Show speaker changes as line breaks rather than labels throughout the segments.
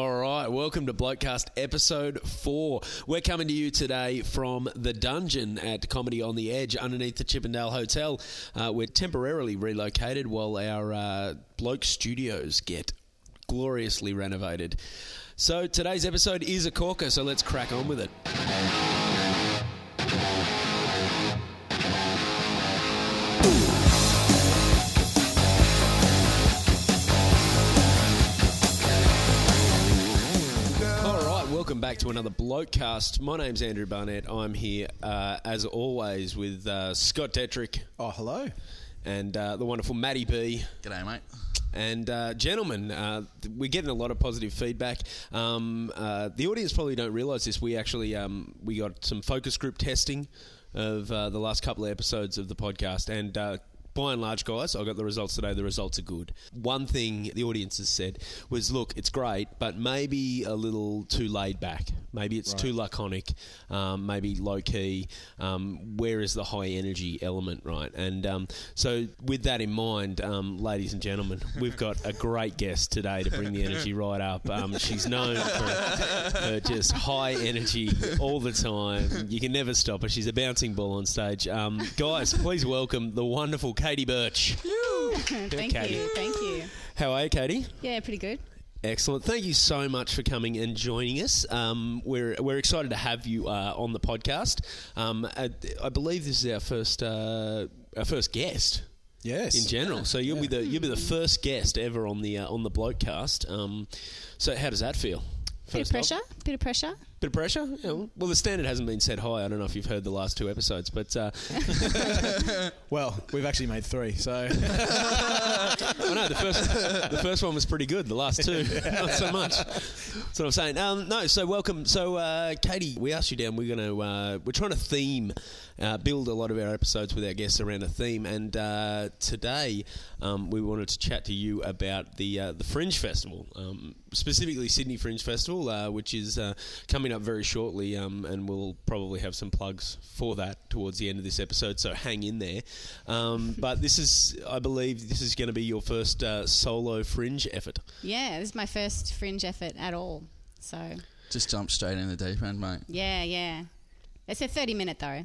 welcome to Bloatcast episode four. We're coming to you today from the dungeon at Comedy on the Edge underneath the Chippendale Hotel. Uh, we're temporarily relocated while our uh, bloke studios get gloriously renovated. So today's episode is a corker, so let's crack on with it. All right, welcome back to another Bloatcast. My name's Andrew Barnett. I'm here, uh, as always, with uh, Scott Detrick
Oh, hello.
and uh, the wonderful Maddie B.
G'day, mate.
And uh, gentlemen, uh, th- we're getting a lot of positive feedback. Um, uh, the audience probably don't realise this. We actually um, we got some focus group testing of uh, the last couple of episodes of the podcast, and uh, by and large, guys, I got the results today. The results are good. One thing the audience has said was, "Look, it's great, but maybe a little too laid back. Maybe it's too laconic. Um, maybe low key. Um, where is the high energy element, right?" And um, so, with that in mind, um, ladies and gentlemen, we've got a great guest today to bring the energy right up. Um, she's known for her just high energy all the time. You can never stop her. She's a bouncing ball on stage. Um, guys, please welcome the wonderful Katie Birch.
Thank
Katie.
you. Thank you.
How are you, Katie?
Yeah, pretty good.
Excellent. Thank you so much for coming and joining us. Um, we're, we're excited to have you uh, on the podcast. Um, I, I believe this is our first uh, our first guest
Yes.
in general. So you'll be the you'll be the first guest ever on the uh, on the Bloatcast. Um, so how does that feel?
Bit of
First off?
pressure. Bit of pressure.
Bit of pressure? Yeah, well, well, the standard hasn't been set high. I don't know if you've heard the last two episodes, but uh,
well, we've actually made three, so
I know the first the first one was pretty good. The last two, not so much. That's what I'm saying. Um, no, so welcome. So uh, Katie, we asked you down. We're going to uh, we're trying to theme, uh, build a lot of our episodes with our guests around a theme. And uh, today, um, we wanted to chat to you about the uh, the Fringe Festival, um, specifically Sydney Fringe Festival, uh, which is uh, coming up very shortly. Um, and we'll probably have some plugs for that towards the end of this episode. So hang in there. Um, but this is, I believe, this is going to be your first uh, solo Fringe effort.
Yeah, this is my first fringe effort at all. So
Just jumped straight in the deep end, mate.
yeah, yeah. It's a thirty minute though.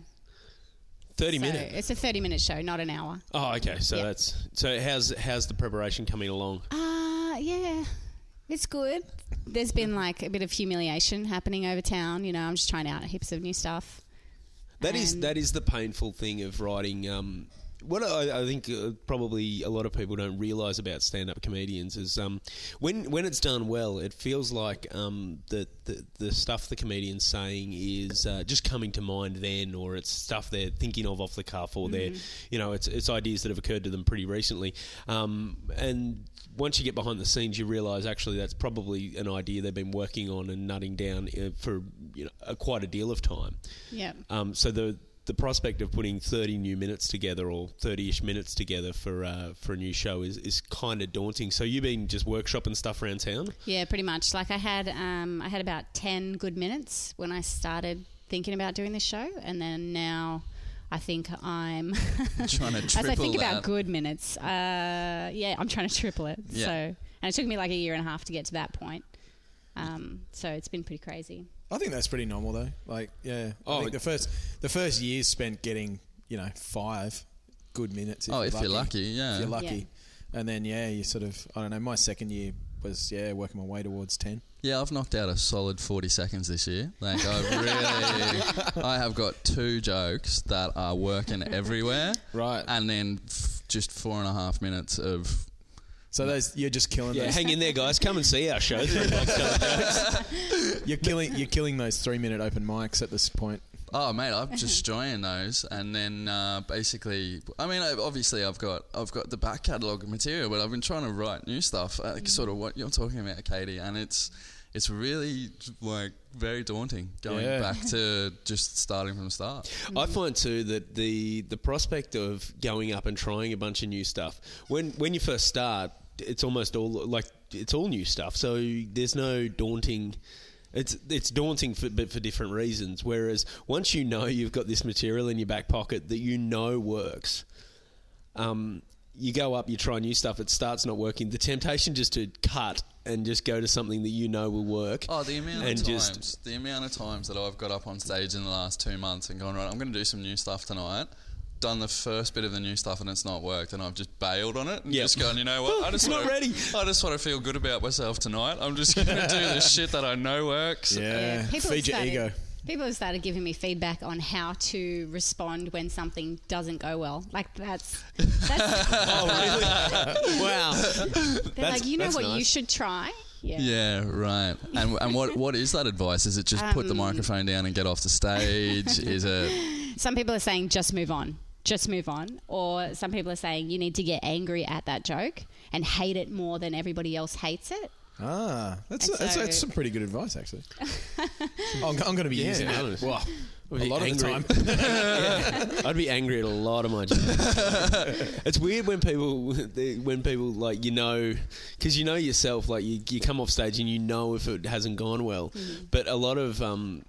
Thirty
so
minutes.
It's a thirty minute show, not an hour.
Oh, okay. So
Yeah.
that's so. How's how's the preparation coming along?
Uh yeah. It's good. There's been like a bit of humiliation happening over town, you know, I'm just trying out heaps of new stuff.
That is
And-
that is the painful thing of writing. Um, what I, I think uh, probably a lot of people don't realise about stand-up comedians is um, when when it's done well, it feels like um, the, the the stuff the comedian's saying is uh, just coming to mind then, or it's stuff they're thinking of off the cuff, or they're you know it's it's ideas that have occurred to them pretty recently. Um, and once you get behind the scenes, you realise actually that's probably an idea they've been working on and nutting down uh, for you know uh, quite a deal of time.
Yeah.
Um, so the the prospect of putting thirty new minutes together or thirty ish minutes together for uh, for a new show is, is kind of daunting. So you've been just workshopping stuff around town.
Yeah, pretty much. Like I had, um, I had about ten good minutes when I started thinking about doing this show, and then now I think I'm
Trying to
As I think
triple
about
that.
good minutes, uh, yeah, I'm trying to triple it.
Yeah.
So, and it took me like a year and a half to get to that point. Um, so it's been pretty crazy.
I think that's pretty normal, though. Like, yeah,
Oh,
I think
it-
the first the first year's spent getting you know five good minutes. If
oh,
you're
if
lucky.
you're lucky, yeah.
if you're lucky, and then yeah, you sort of I don't know. My second year was yeah working my way towards ten.
Yeah, I've knocked out a solid 40 seconds this year. Like, I really. I have got two jokes that are working everywhere,
Right.
and then f- just four and a half minutes of.
So those you're just killing
Yeah,
those.
hang in there, guys. Come and see our show.
You're killing you're killing those three minute open mics at this point.
Oh mate, I'm destroying those, and then uh, basically, I mean, I- obviously, I've got I've got the back catalogue of material, but I've been trying to write new stuff,
Mm.
like sort of what you're talking about, Katie, and it's it's really like very daunting going
Yeah.
back to just starting from the start.
I find too that the the prospect of going up and trying a bunch of new stuff when when you first start, it's almost all like it's all new stuff. So there's no daunting. It's it's daunting, for, but for different reasons. Whereas once you know you've got this material in your back pocket that you know works, um, you go up, you try new stuff, it starts not working. The temptation just to cut and just go to something that you know will work.
Oh, the amount
And
of times,
just-
the amount of times that I've got up on stage in the last two months and gone right, I'm going to do some new stuff tonight. Done the first bit of the new stuff and it's not worked, and I've just bailed on it. And
Yep.
just gone, you know what? I just
It's not
wanna-
ready.
I just want to feel good about myself tonight. I'm just going to do the shit that I know works.
Yeah,
people have
Uh, feed your
started,
ego.
People have started giving me feedback on how to respond when something doesn't go well. Like that's, that's
oh, really? wow.
they're
That's-
like you know
that's
what you
nice.
should try. Yeah.
Yeah, right. And and what what is that advice? Is it just put the microphone down and get off the stage? is it
Some people are saying just move on, just move on, or some people are saying you need to get angry at that joke and hate it more than everybody else hates it.
Ah, that's,
And
that's,
so-
that's some pretty good advice, actually. I'm, I'm going to be
Yeah,
using
no,
it.
it's-
Wow. A
be
lot of the
angry.
time.
I'd be angry at a lot of my jokes. it's weird when people when people like you know because you know yourself like you, you come off stage and you know if it hasn't gone well, but a lot of um,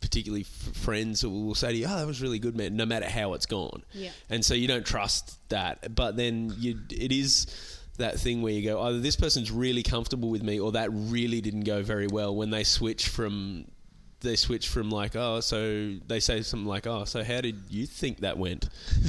particularly f- friends will will say to you, "Oh, that was really good, man," no matter how it's gone.
Yeah.
and so you don't trust that, but then you it is. That thing where you go, either this person's really comfortable with me, or that really didn't go very well. When they switch from they switch from like oh so they say something like oh so how did you think that went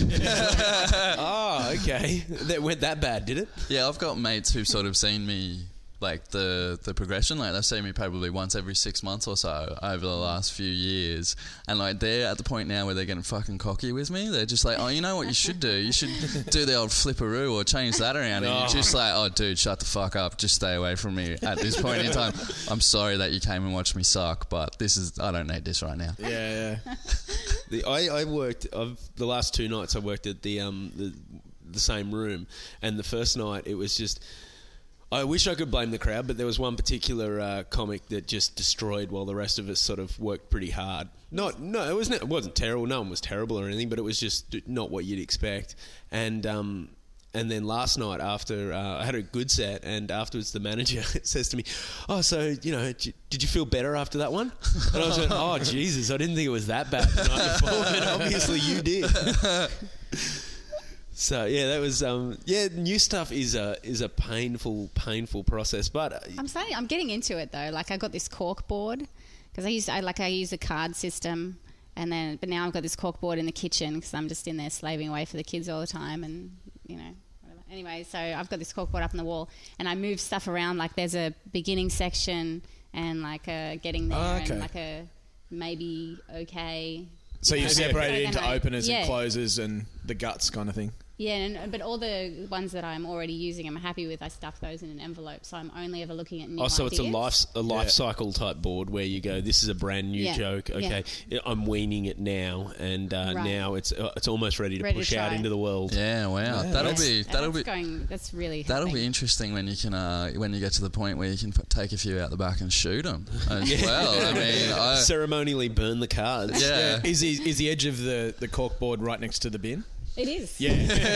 oh okay that went that bad did it
Yeah, I've got mates who've sort of seen me like the the progression. Like they've seen me probably once every six months or so over the last few years, and like they're at the point now where they're getting fucking cocky with me. They're just like, oh, you know what you should do? You should do the old flipperoo or change that around. And
Oh.
you're just like, oh, dude, shut the fuck up. Just stay away from me at this point in time. I'm sorry that you came and watched me suck, but this is I don't need this right now.
yeah, yeah.
the, I, I worked I've, the last two nights I worked at the um the, the same room, and the first night it was just. I wish I could blame the crowd, but there was one particular uh, comic that just destroyed while the rest of us sort of worked pretty hard. Not, no, it wasn't. It wasn't terrible. No one was terrible or anything, but it was just not what you'd expect. And um, and then last night after uh, I had a good set, and afterwards the manager says to me, "Oh, so you know, d- did you feel better after that one?" And I was like, "Oh, Jesus, I didn't think it was that bad the night before, but obviously you did." So yeah, that was um, yeah. New stuff is a is a painful, painful process, but uh,
I'm starting. I'm getting into it though. Like I got this cork board because I used I like I use a card system, and then but now I've got this cork board in the kitchen because I'm just in there slaving away for the kids all the time, and you know. whatever. Anyway, so I've got this cork board up on the wall, and I move stuff around. Like there's a beginning section and like a getting there
Ah, okay.
and like a maybe okay.
So you
Okay.
separate it
Okay.
into openers
Yeah.
and closers and the guts kind of thing.
Yeah, and, but all the ones that I'm already using, I'm happy with. I stuff those in an envelope, so I'm only ever looking at new
oh, so it's a
ideas.
life a life
Yeah.
cycle type board where you go, this is a brand new
Yeah.
joke. Okay, I'm weaning it now, and uh,
Right.
now it's uh, it's almost ready to
Ready to
push out
try.
into the world.
Yeah, wow.
Yeah.
that'll
That's-
be that'll
that's
be
going. That's really
That'll
helping.
be interesting when you can uh, when you get to the point where you can f- take a few out the back and shoot them as well. I mean, I,
Uh, Ceremonially burn the cards.
yeah,
Is the, is the edge of the, the cork board right next to the bin?
It is.
Yeah.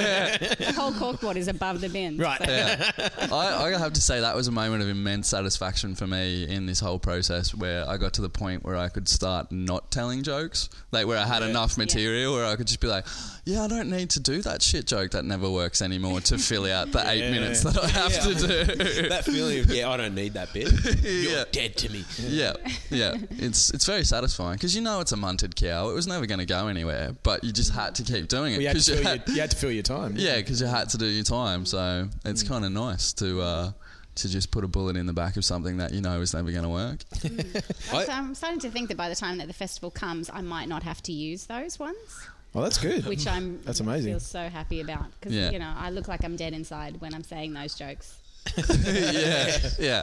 The whole corkboard is above the bin.
right.
I, I have to say that was a moment of immense satisfaction for me in this whole process where I got to the point where I could start not telling jokes, like where I had enough material where I could just be like, yeah, I don't need to do that shit joke that never works anymore to fill out the eight
Yeah.
minutes that I have to do.
that feeling of yeah, I don't need that bit.
Yeah.
You're dead to me.
yeah, yeah. It's it's very satisfying because you know it's a munted cow. It was never going to go anywhere, but you just had to keep doing it.
Well, you, had to
'cause you
fill your,
had-
you had to Mm. fill your time.
yeah, because you had to do your time. So it's kind of nice to uh, to just put a bullet in the back of something that you know is never going to work.
So um, I'm starting to think that by the time that the festival comes, I might not have to use those ones,
Well, Oh, that's good.
Mm.
which I'm
That's amazing.
Feel so happy about because
Yeah.
you know I look like I'm dead inside when I'm saying those jokes.
yeah, yeah.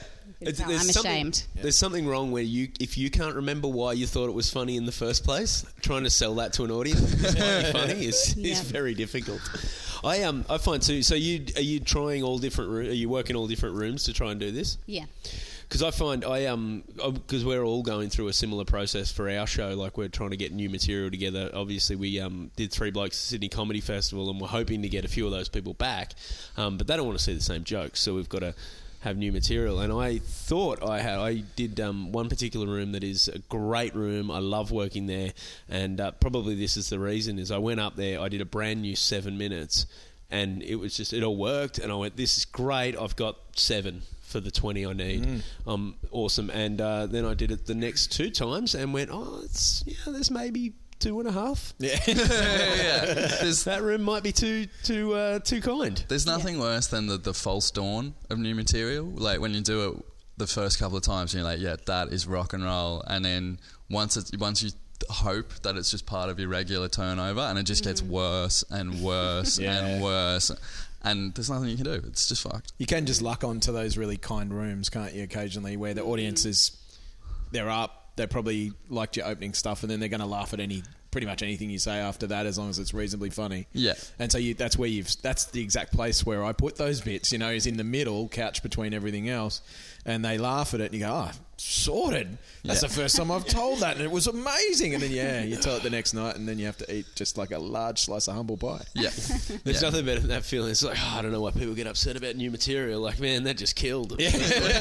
It's-
It's how I'm
something-
ashamed.
There's something wrong where you, if you can't remember why you thought it was funny in the first place, trying to sell that to an audience is finally funny is,
Yeah.
is very difficult. I um I find too. So you are you trying all different? roo- Are you working all different rooms to try and do this?
Yeah.
Because I find I um because we're all going through a similar process for our show. Like we're trying to get new material together. Obviously, we um did three blokes at Sydney Comedy Festival, and we're hoping to get a few of those people back. Um, but they don't want to see the same jokes, so we've got to have new material. And I thought I had I did um, one particular room that is a great room. I love working there, and uh, probably this is the reason is I went up there. I did a brand new seven minutes. and it was just it all worked. And I went, "This is great. I've got seven for the twenty I need.
Mm.
Um, awesome." And uh, then I did it the next two times and went, "Oh, it's yeah, there's maybe two and a half.
yeah. There's,
That room might be too too uh, too kind."
there's nothing worse than the, the false dawn of new material. Like when you do it the first couple of times, and you're like, yeah, that is rock and roll. And then once it's, once you hope that it's just part of your regular turnover, and it just gets worse and worse
Yeah.
and worse. And there's nothing you can do. It's just fucked.
You can just luck onto those really kind rooms, can't you? Occasionally, where the audience is, they're up, they probably liked your opening stuff, and then they're going to laugh at any pretty much anything you say after that, as long as it's reasonably funny.
Yeah.
And so you, that's where you've that's the exact place where I put those bits. You know, is in the middle, couch between everything else, and they laugh at it, and you go, "Ah, sorted." That's
Yeah.
the first time I've told that, and it was amazing. And then yeah, you tell it the next night, and then you have to eat just like a large slice of humble pie.
Yeah.
There's
Yeah.
nothing better than that feeling. It's like, oh, I don't know why people get upset about new material. Like, man, that just killed. Yeah.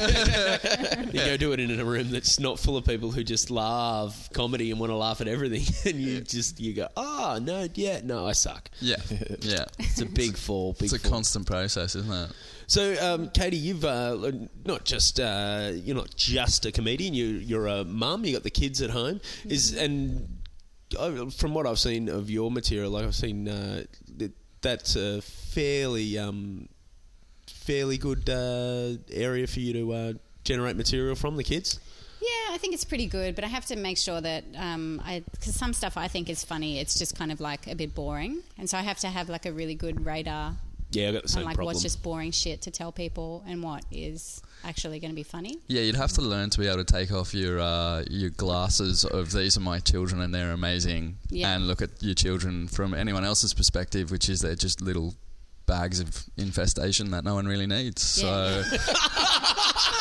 you go do it in a room that's not full of people who just love comedy and want to laugh at everything, and you just you go, oh, no, yeah, no, I suck.
Yeah. Yeah.
It's a big fall. Big
It's a
fall.
constant process, isn't it?
so, um, Katie, you've uh, not just uh, you're not just a comedian. You you're a mum. You got the kids at home. Is and uh, from what I've seen of your material, like I've seen uh, that that's a fairly um, fairly good uh, area for you to uh, generate material from the kids.
Yeah, I think it's pretty good, but I have to make sure that um, I because some stuff I think is funny, it's just kind of like a bit boring, and so I have to have like a really good radar
Yeah, I got the same
on like
problem.
what's just boring shit to tell people and what is actually going to be funny.
Yeah, you'd have to learn to be able to take off your uh, your glasses of these are my children and they're amazing,
Yeah.
and look at your children from anyone else's perspective, which is they're just little bags of infestation that no one really needs.
Yeah.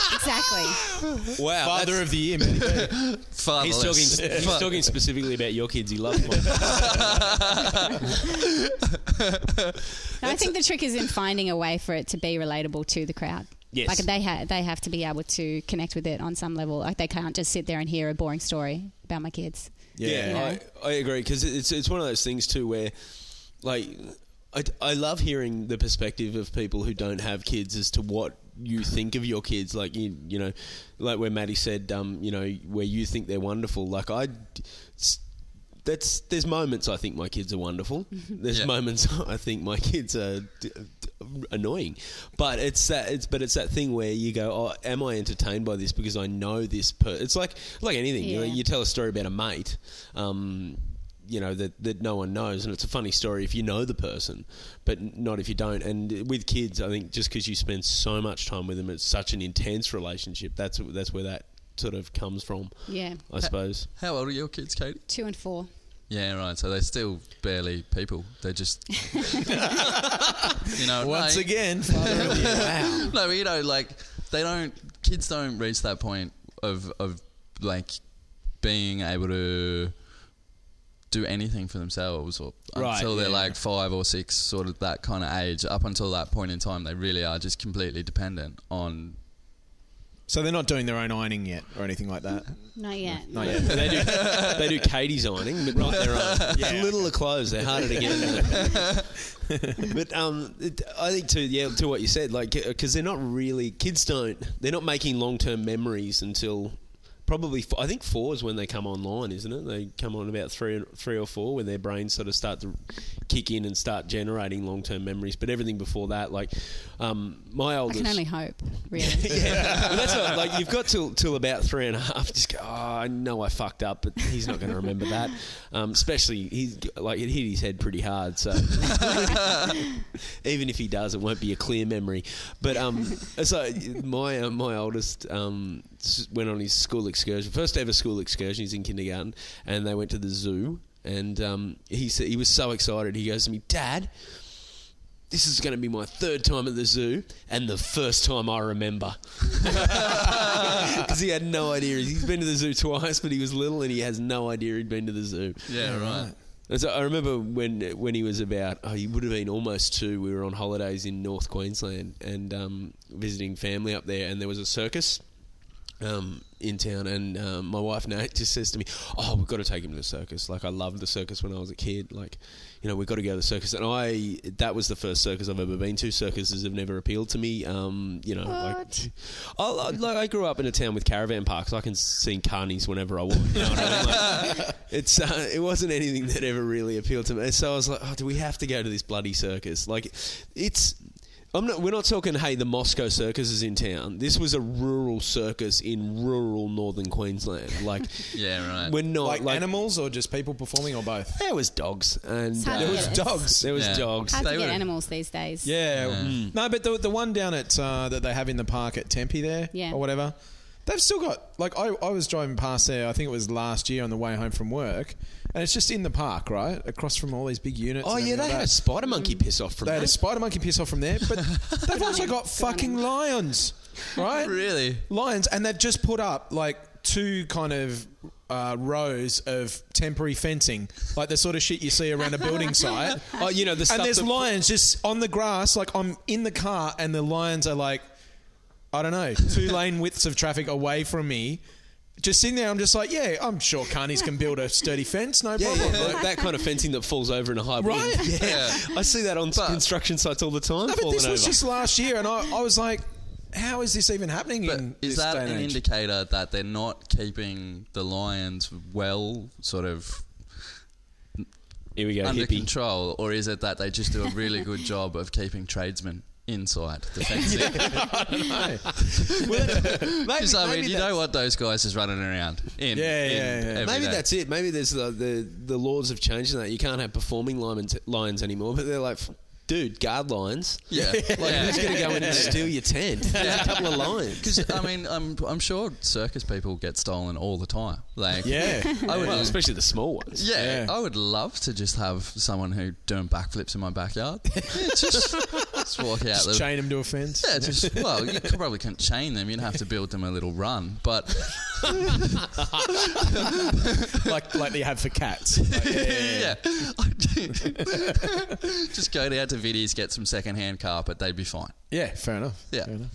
So
Exactly.
wow,
Father
that's-
of the year. man.
he's
fatherless.
talking he's
Fa-
talking specifically about your kids. He loves mine.
No, I think the trick is in finding a way for it to be relatable to the crowd.
Yes.
Like they ha- they have to be able to connect with it on some level. Like they can't just sit there and hear a boring story about my kids.
Yeah,
You know?
I, I agree because it's it's one of those things too where, like, I, I love hearing the perspective of people who don't have kids as to what you think of your kids. Like you you know, like where Maddie said, um, you know, where you think they're wonderful. Like I. s- That's there's moments I think my kids are wonderful. There's
Yeah.
moments I think my kids are d- d- annoying, but it's that it's but it's that thing where you go, oh, am I entertained by this because I know this person? It's like like anything. You, know,
Yeah.
you tell a story about a mate, um, you know that that no one knows, and it's a funny story if you know the person, but not if you don't. And with kids, I think just because you spend so much time with them, it's such an intense relationship. That's that's where that sort of comes from,
Yeah.
I suppose.
How old are your kids, Katie?
Two and four.
Yeah, right. So they're still barely people. They're just, you know,
Once
like-
again, father of the year. Wow.
no, but, you know, like they don't. Kids don't reach that point of of like being able to do anything for themselves or
Right,
until they're
yeah.
like five or six, sort of that kind of age. Up until that point in time, they really are just completely dependent on.
So they're not doing their own ironing yet or anything like that.
Not yet.
Not yet.
they do they do Katie's ironing, but not their own.
Yeah.
Littler clothes, they're harder to get. but um, it, I think to yeah to what you said, like because they're not really kids don't they're not making long term memories until. Probably, f- I think four is when they come online, isn't it? They come on about three, three or four, when their brains sort of start to kick in and start generating long-term memories. But everything before that, like um, my
I
oldest,
can only hope, really.
yeah, Well, that's what, like you've got till till about three and a half. Just go. Oh, I know I fucked up, but he's not going to remember that. Um, especially he's like it hit his head pretty hard, so even if he does, it won't be a clear memory. But um, so my uh, my oldest um s- went on his school excursion, first ever school excursion. He's in kindergarten, and they went to the zoo. And um, he said he was so excited. He goes to me, Dad this is going to be my third time at the zoo and the first time I remember. Because he had no idea. He's been to the zoo twice, but he was little and he has no idea he'd been to the zoo.
Yeah, right.
And so I remember when when he was about, oh, he would have been almost two. We were on holidays in North Queensland and um, visiting family up there, and there was a circus um, in town, and um, my wife Nate just says to me, "Oh, we've got to take him to the circus. Like I loved the circus when I was a kid. Like, you know, we've got to go to the circus." And I, that was the first circus I've ever been to. Circuses have never appealed to me. Um, you know,
What?
like, I, I- like I grew up in a town with caravan parks. I can sing carnies whenever I want. You know what I mean? Like, it's uh, it wasn't anything that ever really appealed to me. So I was like, "Oh, do we have to go to this bloody circus?" Like, it's I'm not. We're not talking. Hey, the Moscow Circus is in town. This was a rural circus in rural northern Queensland. Like,
Yeah, right.
we're not
Like,
like,
animals or just people performing or both?
There was dogs and
It's hard to There was get- dogs.
There was
Yeah.
dogs.
Hard
They
to get
were-
animals these days.
Yeah.
Hmm.
No, but the, the one down at uh, that they have in the park at Tempe there
Yeah.
or whatever, they've still got like I, I was driving past there. I think it was last year on the way home from work, and it's just in the park, right, across from all these big units.
Oh
and
yeah,
everything
they
like
had a
that.
spider monkey piss off from.
They had a
that.
spider monkey piss off from there, but they've also got fucking lions, right?
Really?
Lions, and they've just put up like two kind of uh, rows of temporary fencing, like the sort of shit you see around a building site.
Oh, you know the stuff
and there's
that-
lions just on the grass. Like I'm in the car, and the lions are like, I don't know, two lane widths of traffic away from me. Just sitting there, I'm just like, yeah, I'm sure carnies can build a sturdy fence, no
Yeah,
problem.
yeah, like that kind of fencing that falls over in a high wind.
Right?
Yeah.
Yeah.
I see that on
But-
construction sites all the time.
No, but
falling
this was
over.
just last year, and I, I was like, how is this even happening?
But
in
is
this
that
day and
an
age?
indicator that they're not keeping the lions well, sort of
Here we go,
under
hippie.
control, or is it that they just do a really good job of keeping tradesmen inside the fencing?
Well, that's- maybe,
Because I mean,
maybe
you
that's-
know what those guys is running around in.
Yeah,
in
yeah, yeah.
every
Maybe
day.
that's it. Maybe there's the, the the laws have changed and that you can't have performing lions, lions anymore. But they're like, dude, guard lions.
yeah.
Like,
yeah.
who's going to go in and steal your tent? There's a couple of lions.
Because I mean, I'm I'm sure circus people get stolen all the time. Like,
Yeah.
I would,
Well, especially the small ones.
yeah,
Yeah.
I would love to just have someone who doing backflips in my backyard. Yeah, just, just walk out the
Just chain them to a fence.
Yeah, just well, you could- probably couldn't chain them. You'd have to build them a little run, but
like like they have for cats. Like, yeah, yeah, yeah.
yeah, just go down to Viddy's, get some secondhand carpet. They'd be fine.
Yeah, fair enough.
Yeah.
Fair enough.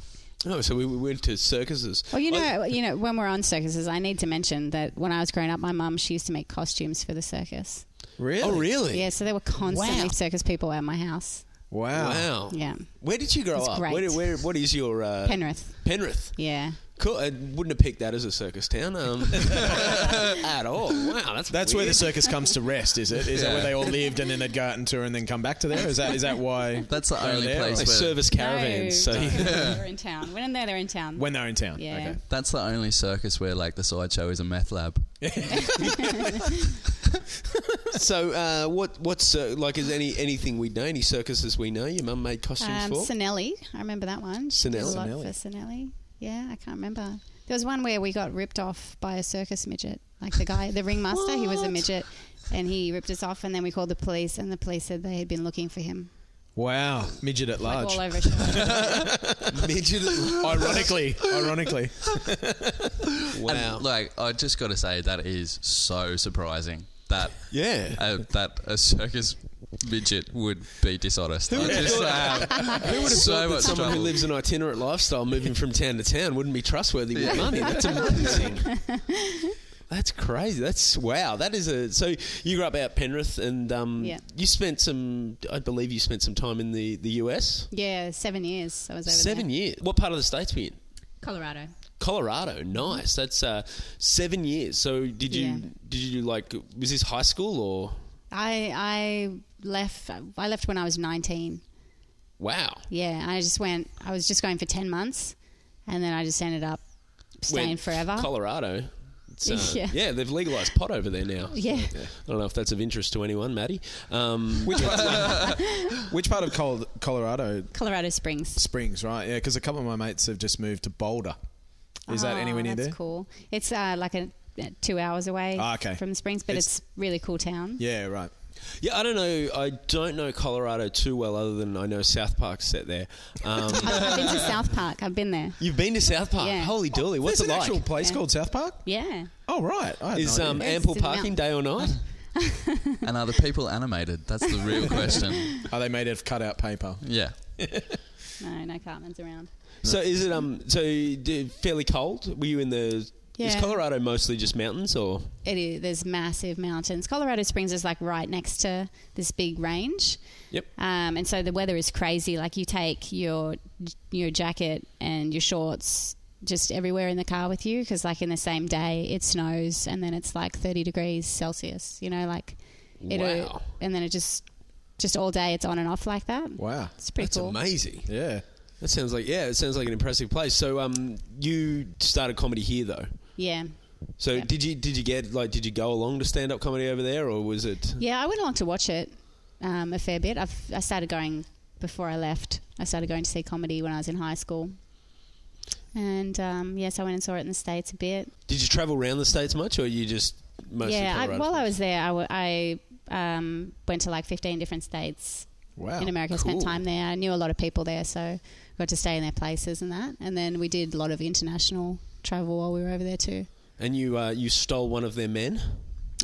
Oh, so we, we went to circuses. Oh,
Well, you know,
Like,
you know, when we're on circuses, I need to mention that when I was growing up, my mum she used to make costumes for the circus.
Really?
oh, really?
Yeah, so there were constantly
Wow.
circus people at my house.
Wow.
Wow.
Yeah,
Where did you grow
It's
up?
great.
Where, did- where, what is your uh,
Penrith.
Penrith.
Yeah,
Cool. I wouldn't have picked that as a circus town um, at all. Wow, that's
That's where
weird.
the circus comes to rest, is it? Is that where they all lived and then they'd go out and tour and then come back to there? Is that is that why?
That's the
they're
only
there?
place
they
where-
service caravans. so
No, they're in town. When they're they're in town.
when they're in town.
yeah.
Okay.
That's the only circus where like the sideshow is a meth lab.
So, uh, what what's uh, like? Is any anything we know? Any circuses we know? Your mum made costumes
Um,
for?
Sinelli, I remember that one. She did a
Sinelli.
lot
Sinelli.
for Sinelli. Yeah, I can't remember. There was one where we got ripped off by a circus midget. Like the guy, the ringmaster, he was a midget, and he ripped us off. And then we called the police, and the police said they had been looking for him,
Wow. Midget at
like
large.
all over. Australia.
Midget.
ironically. Ironically.
wow.
Like, I just got to say that is so surprising that
yeah.
uh, that a circus midget would be dishonest. I just have so
Someone
much
who
trouble.
lives an itinerant lifestyle, moving from town to town, wouldn't be trustworthy with money. That's amazing. That's crazy. That's wow. That is a so you grew up out Penrith, and um,
Yeah.
you spent some. I believe you spent some time in the the US.
yeah, seven years. I was over
Seven
there.
years. What part of the states were you in?
Colorado.
Colorado, nice. That's uh, seven years. So did you
Yeah.
did you like was this high school or
I I left. I left when I was nineteen.
wow?
Yeah, I just went. I was just going for ten months, and then I just ended up staying
When-
forever.
Colorado. It's, uh, yeah.
Yeah.
they've legalized pot over there now.
yeah.
I don't know if that's of interest to anyone, Maddie. Um,
Which part, which part of Col- Colorado
Colorado Springs.
Springs, right? Yeah, because a couple of my mates have just moved to Boulder. Is that
Oh,
anywhere near
that's
there?
Cool. It's uh, like a, uh, two hours away
Ah, okay.
from Springs, but
It's-
it's, really cool town.
Yeah, right.
yeah, I don't know. I don't know Colorado too well, other than I know South Park's set there. Um,
I've, I've been to South Park. I've been there.
you've been to South Park?
Yeah.
Holy dooly! What's
There's
it
an
like?
actual place
Yeah.
called South Park?
Yeah.
Oh, right. I had
Is
no
um,
idea.
Yes,
ample
it's in the
parking
mountain.
day or night?
And
Oh,
are the people animated? That's the real question.
Are they made of cutout paper?
Yeah.
No, no Cartman's around.
So is it um so d- fairly cold? Were you in the is
Yeah.
Colorado mostly just mountains or
It is, there's massive mountains. Colorado Springs is like right next to this big range.
Yep.
Um, and so the weather is crazy. Like you take your your jacket and your shorts just everywhere in the car with you because like in the same day it snows and then it's like 30 degrees Celsius. You know, like uh,
Wow.
and then it just just all day it's on and off like that.
Wow.
It's pretty
That's
cool.
amazing.
Yeah.
That sounds like yeah, it sounds like an impressive place. So um you started comedy here though.
Yeah.
So
Yep.
did you did you get like did you go along to stand up comedy over there or was it
Yeah, I went along to watch it um, a fair bit. I've, I started going before I left. I started going to see comedy when I was in high school. And um, yes, I went and saw it in the States a bit.
did you travel around the states much or you just mostly
yeah, I,
Colorado?
while I was there, I, w- I um, went to like 15 different states
Wow.
in America. I
Oh, cool.
Spent time there. I knew a lot of people there, so got to stay in their places and that. And then we did a lot of international travel while we were over there too.
and you uh, you stole one of their men,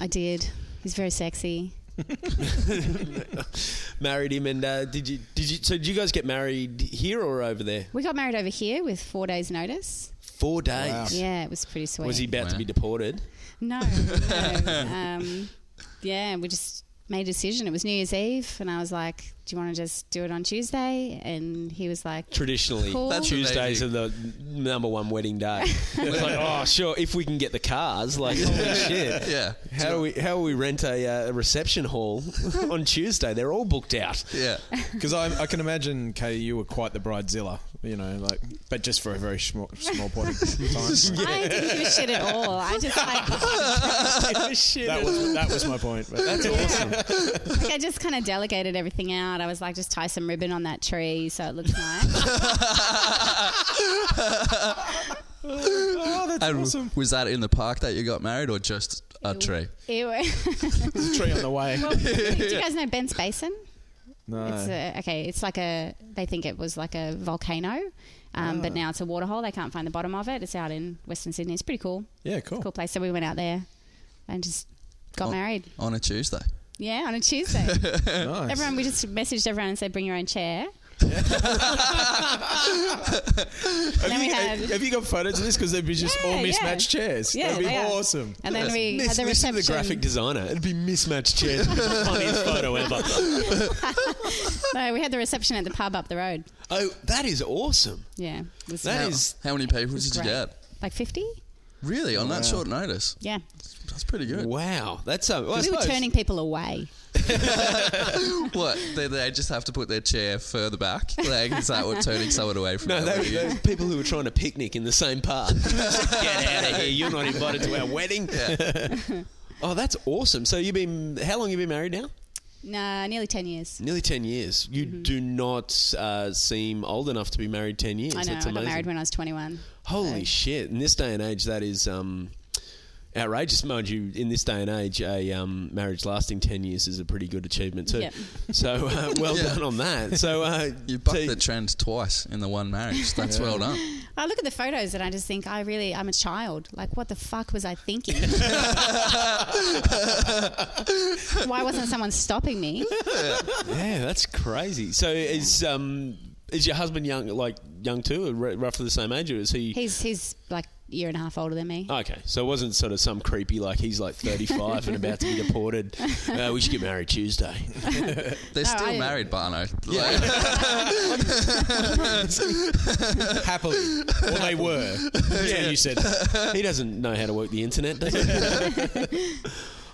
I did. He's very sexy.
married him and uh, did you did you so did you guys get married here or over there?
We got married over here with four days' notice.
4 days.
Wow.
Yeah, it was pretty sweet.
Was he about to
Wow.
be deported?
No. no. um, yeah, we just made a decision. It was New Year's Eve, and I was like, "Do you want to just do it on Tuesday?" And he was like,
Traditionally,
Cool. That's
Tuesdays are the number one wedding day. it's like, oh, sure, if we can get the cars, like, holy shit.
Yeah.
How do we how do we rent a, uh, a reception hall on Tuesday? They're all booked out.
Yeah.
Because I, I can imagine, Katie, you were quite the bridezilla, you know, like, but just for a very small, small point of time.
"I didn't give a shit at all. I just like,
shit.
That was that was my point. But that's awesome.
like I just kind of delegated everything out. I was like, just tie some ribbon on that tree so it looks nice.
Oh, that's
And
awesome.
was that in the park that you got married or just a
Ew.
tree?
Ew.
There's a tree on the way.
Do you guys know Ben's Basin?
No.
It's a, okay. It's like a. They think it was like a volcano, um, but now it's a waterhole. They can't find the bottom of it. It's out in Western Sydney. It's pretty cool.
yeah, cool.
cool place. So we went out there and just got
Oh.
married.
On a Tuesday.
Yeah, on a Tuesday.
Nice.
everyone, we just messaged everyone and said, bring your own chair.
have,
then
you,
we had-
have, you got photos of this? Because they'd be just
Yeah,
all
yeah.
mismatched chairs.
Yeah,
That'd be
they are.
awesome.
And then we
Miss,
had the
this is
reception.
the graphic designer. It'd be mismatched chairs. It'd be the Funniest photo ever.
no, we had the reception at the pub up the road.
Oh, that is awesome.
Yeah. It was
That
How-
is-
How many people did you
great.
get?
like 50?
Really? On that short notice?
Yeah.
That's pretty good.
Wow, that's um, well, I
we
suppose-
were turning people away.
What? They, they just have to put their chair further back? Like, is that what turning someone away from
No,
their
they,
wedding
they
is?
were people who were trying to picnic in the same park. Get out of here! You're not invited to our wedding. oh, that's awesome. So you've been how long you been married now?
Nah, nearly 10 years.
Nearly ten years. You
Mm-hmm.
do not uh, seem old enough to be married ten years.
I know.
That's
I got
amazing.
married when I was 21.
Holy shit! In this day and age, that is um, outrageous. Mind you, in this day and age, a um, marriage lasting ten years is a pretty good achievement too.
Yep.
So uh, well
Yeah.
done on that. So uh,
You bucked
so-
the trend twice in the one marriage. That's well done.
I look at the photos and I just think, I really, I'm a child. Like, what the fuck was I thinking? Why wasn't someone stopping me?
Yeah, that's crazy. So is um is your husband young like young too, or r- roughly the same age, or is he?
He's, he's like a year and a half older than me.
Okay, so it wasn't sort of some creepy like he's like thirty five and about to be deported. Uh, we should get married Tuesday.
They're
No,
still
I-
married, Barno. Like,
Happily. Or they were. yeah, you said.
He doesn't know how to work the internet, does he?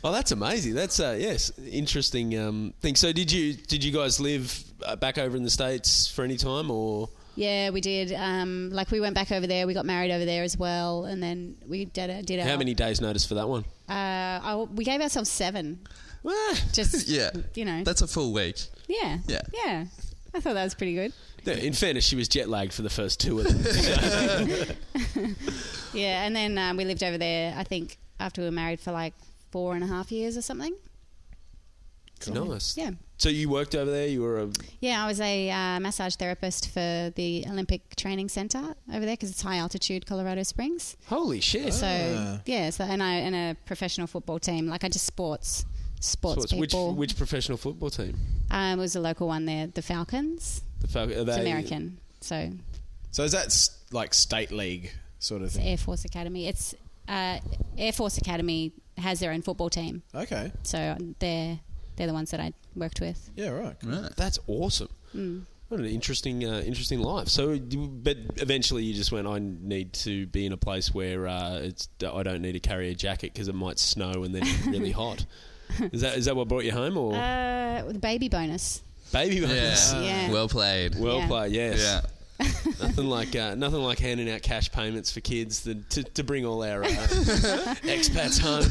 Oh, that's amazing. That's uh, yes, interesting um, thing. So, did you did you guys live uh, back over in the states for any time, or
Yeah, we did. Um, like we went back over there. We got married over there as well, and then we did it. Did
how
our-
many days notice for that one?
Uh, I, we gave ourselves seven.
Ah,
Just
yeah.
you know.
That's a full week.
yeah.
Yeah.
Yeah. I thought that was pretty good.
in fairness, she was jet lagged for the first two of them.
Yeah, and then um, we lived over there. I think after we were married for like four and a half years or something.
Nice.
Yeah.
So you worked over there. You were a
Yeah, I was a uh, massage therapist for the Olympic Training Center over there because it's high altitude, Colorado Springs.
holy shit.
So yeah, so and I and a professional football team. Like I just sports, sports,
Sports- which
people.
which professional football team?
Um, it was a local one there, the Falcons.
The Falcons.
It's American. So
So is that s- like state league sort of
it's
thing?
Air Force Academy. It's uh, Air Force Academy has their own football team,
Okay.
so they're they're the ones that I worked with.
Yeah. Right. cool.
Right.
That's awesome.
Mm.
What an interesting, uh, interesting life. So, you- but eventually you just went. I need to be in a place where uh, it's. I don't need to carry a jacket because it might snow and then it's really hot. Is that is that what brought you home or
Uh, the baby bonus.
baby bonus?
Yeah.
Yeah.
Well played.
Well
Yeah.
played. Yes.
yeah.
nothing like uh, nothing like handing out cash payments for kids that, to to bring all our uh, expats home.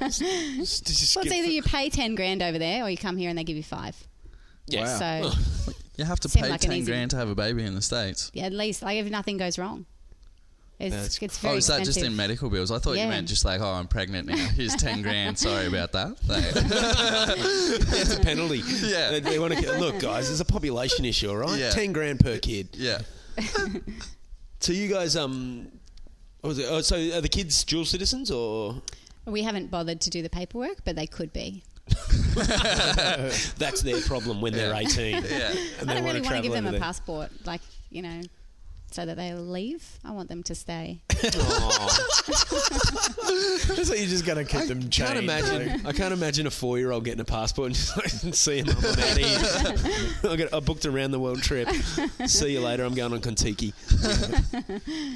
Just- just
Well, it's
get-
either you pay ten grand over there, or you come here and they give you five.
Yeah.
Wow.
So
You have to
Seemed
pay
like an
10
easy-
grand to have a baby in the States.
yeah, at least like if nothing goes wrong, it's
That's-
it's very
Oh, is that just
expensive.
in medical bills? I thought you
Yeah.
meant just like, oh, I'm pregnant now. Here's 10 grand. Sorry about that. Like,
That's a penalty.
Yeah.
They, they want to look, guys. It's a population issue, all right?
Yeah.
Ten grand per kid.
yeah.
So you guys, um, what was it? Oh, so are the kids dual citizens or
We haven't bothered to do the paperwork, but they could be.
that's their problem when they're
Yeah.
eighteen?
Yeah.
And they
I don't really want to
travel
give them
over
a
there.
passport, like you know, so that they leave. I want them to stay.
Aw.
Just like you're just gonna keep them chained.
Can't
like-
imagine. I can't imagine a four-year-old getting a passport and just like, see him. I'm out of here. I, got, I booked a round-the-world trip. See you later. I'm going on Contiki.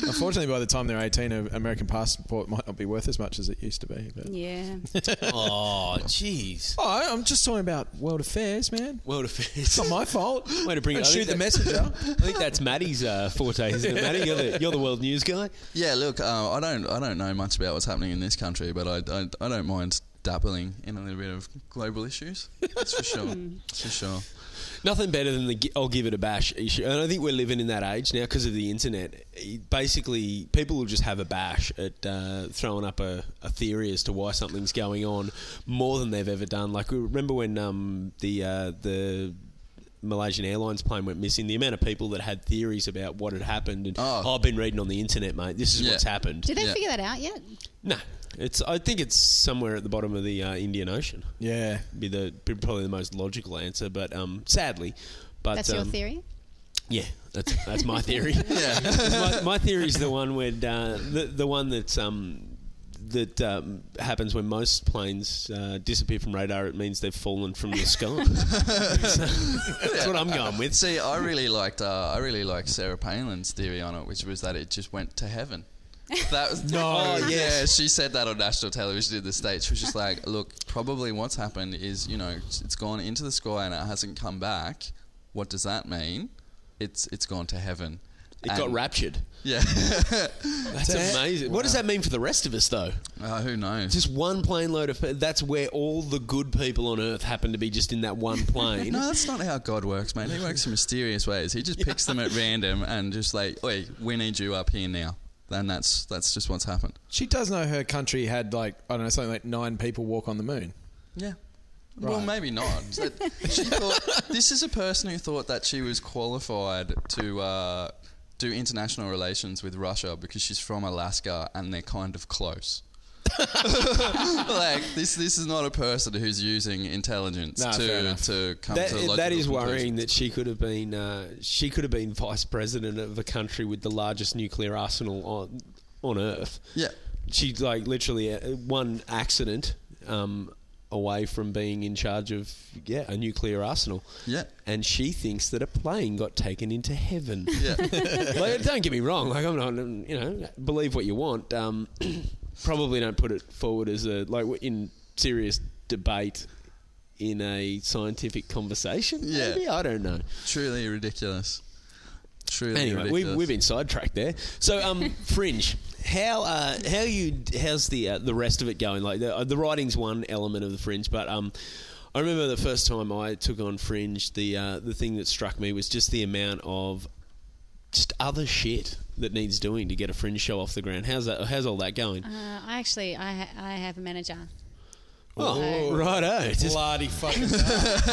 Unfortunately, by the time they're 18, an American passport might not be worth as much as it used to be. But.
Yeah,
Oh, jeez.
Oh, I'm just talking about world affairs, man.
World affairs.
It's not my fault.
Way to bring it.
Don't
I
shoot
think
the
that-
messenger.
I think that's Maddie's uh, forte, isn't it, Maddie? You're the, you're the world news guy.
Yeah, look, uh, I don't, I don't know much about what's happening in this country, but I, I, I don't mind dabbling in a little bit of global issues. That's for sure. That's for sure.
Nothing better than the gi- I'll give it a bash issue. And I think we're living in that age now because of the internet. It- Basically, people will just have a bash at uh, throwing up a, a theory as to why something's going on more than they've ever done. Like, we remember when um, the uh, the Malaysian Airlines plane went missing, the amount of people that had theories about what had happened and,
Oh.
"Oh, I've been reading on the internet, mate, this is
Yeah.
what's happened.
did they
Yeah.
figure that out yet?
No, it's. I think it's somewhere at the bottom of the uh, Indian Ocean.
Yeah.
Be the be probably the most logical answer, but um, sadly, but
That's your
um,
theory.
Yeah, that's that's my theory.
Yeah.
my, my theory is the one when uh, the the one that's um. That um, happens when most planes uh, disappear from radar. It means they've fallen from the sky. So, that's what I'm going with.
See, I really liked uh, I really liked Sarah Palin's theory on it, which was that it just went to heaven. That was,
No.
Oh, yeah, she said that on national television in the states. She was just like, "Look, probably what's happened is you know it's it's gone into the sky and it hasn't come back. What does that mean? It's it's gone to heaven.
It
And-
got raptured.
Yeah.
That's amazing. What does that mean for the rest of us, though?
Uh, who knows?
Just one plane load of. That's where all the good people on Earth happen to be, just in that one plane.
No, that's not how God works, mate. He works in mysterious ways. He just picks them at random and just like, "Oi, we need you up here now." And that's that's just what's happened.
She does know her country had like I don't know something like nine people walk on the moon.
Yeah. Well,
Right.
maybe not. But she thought, this is a person who thought that she was qualified to uh, do international relations with Russia because she's from Alaska and they're kind of close. like this, this is not a person who's using intelligence
Nah, fair
to
enough.
to come to
That,
logical
that is
conclusions.
worrying that she could have been uh, she could have been vice president of a country with the largest nuclear arsenal on on Earth.
Yeah.
She like literally uh, one accident um, away from being in charge of yeah a nuclear arsenal.
Yeah.
and she thinks that a plane got taken into heaven.
Yeah.
like, don't get me wrong. Like I'm not, you know, believe what you want. Um, probably don't put it forward as a like in serious debate in a scientific conversation.
Yeah.
Maybe I don't know.
Truly ridiculous. Truly
Anyway, we've,
ridiculous.
we've been sidetracked there. So, um, Fringe, how uh, how you how's the uh, the rest of it going? Like the, uh, the writing's one element of the Fringe, but um, I remember the first time I took on Fringe, the uh, the thing that struck me was just the amount of just other shit that needs doing to get a Fringe show off the ground. How's that? How's all that going?
Uh, I actually I ha- I have a manager.
Oh,
Ooh.
righto. Just
Bloody fucking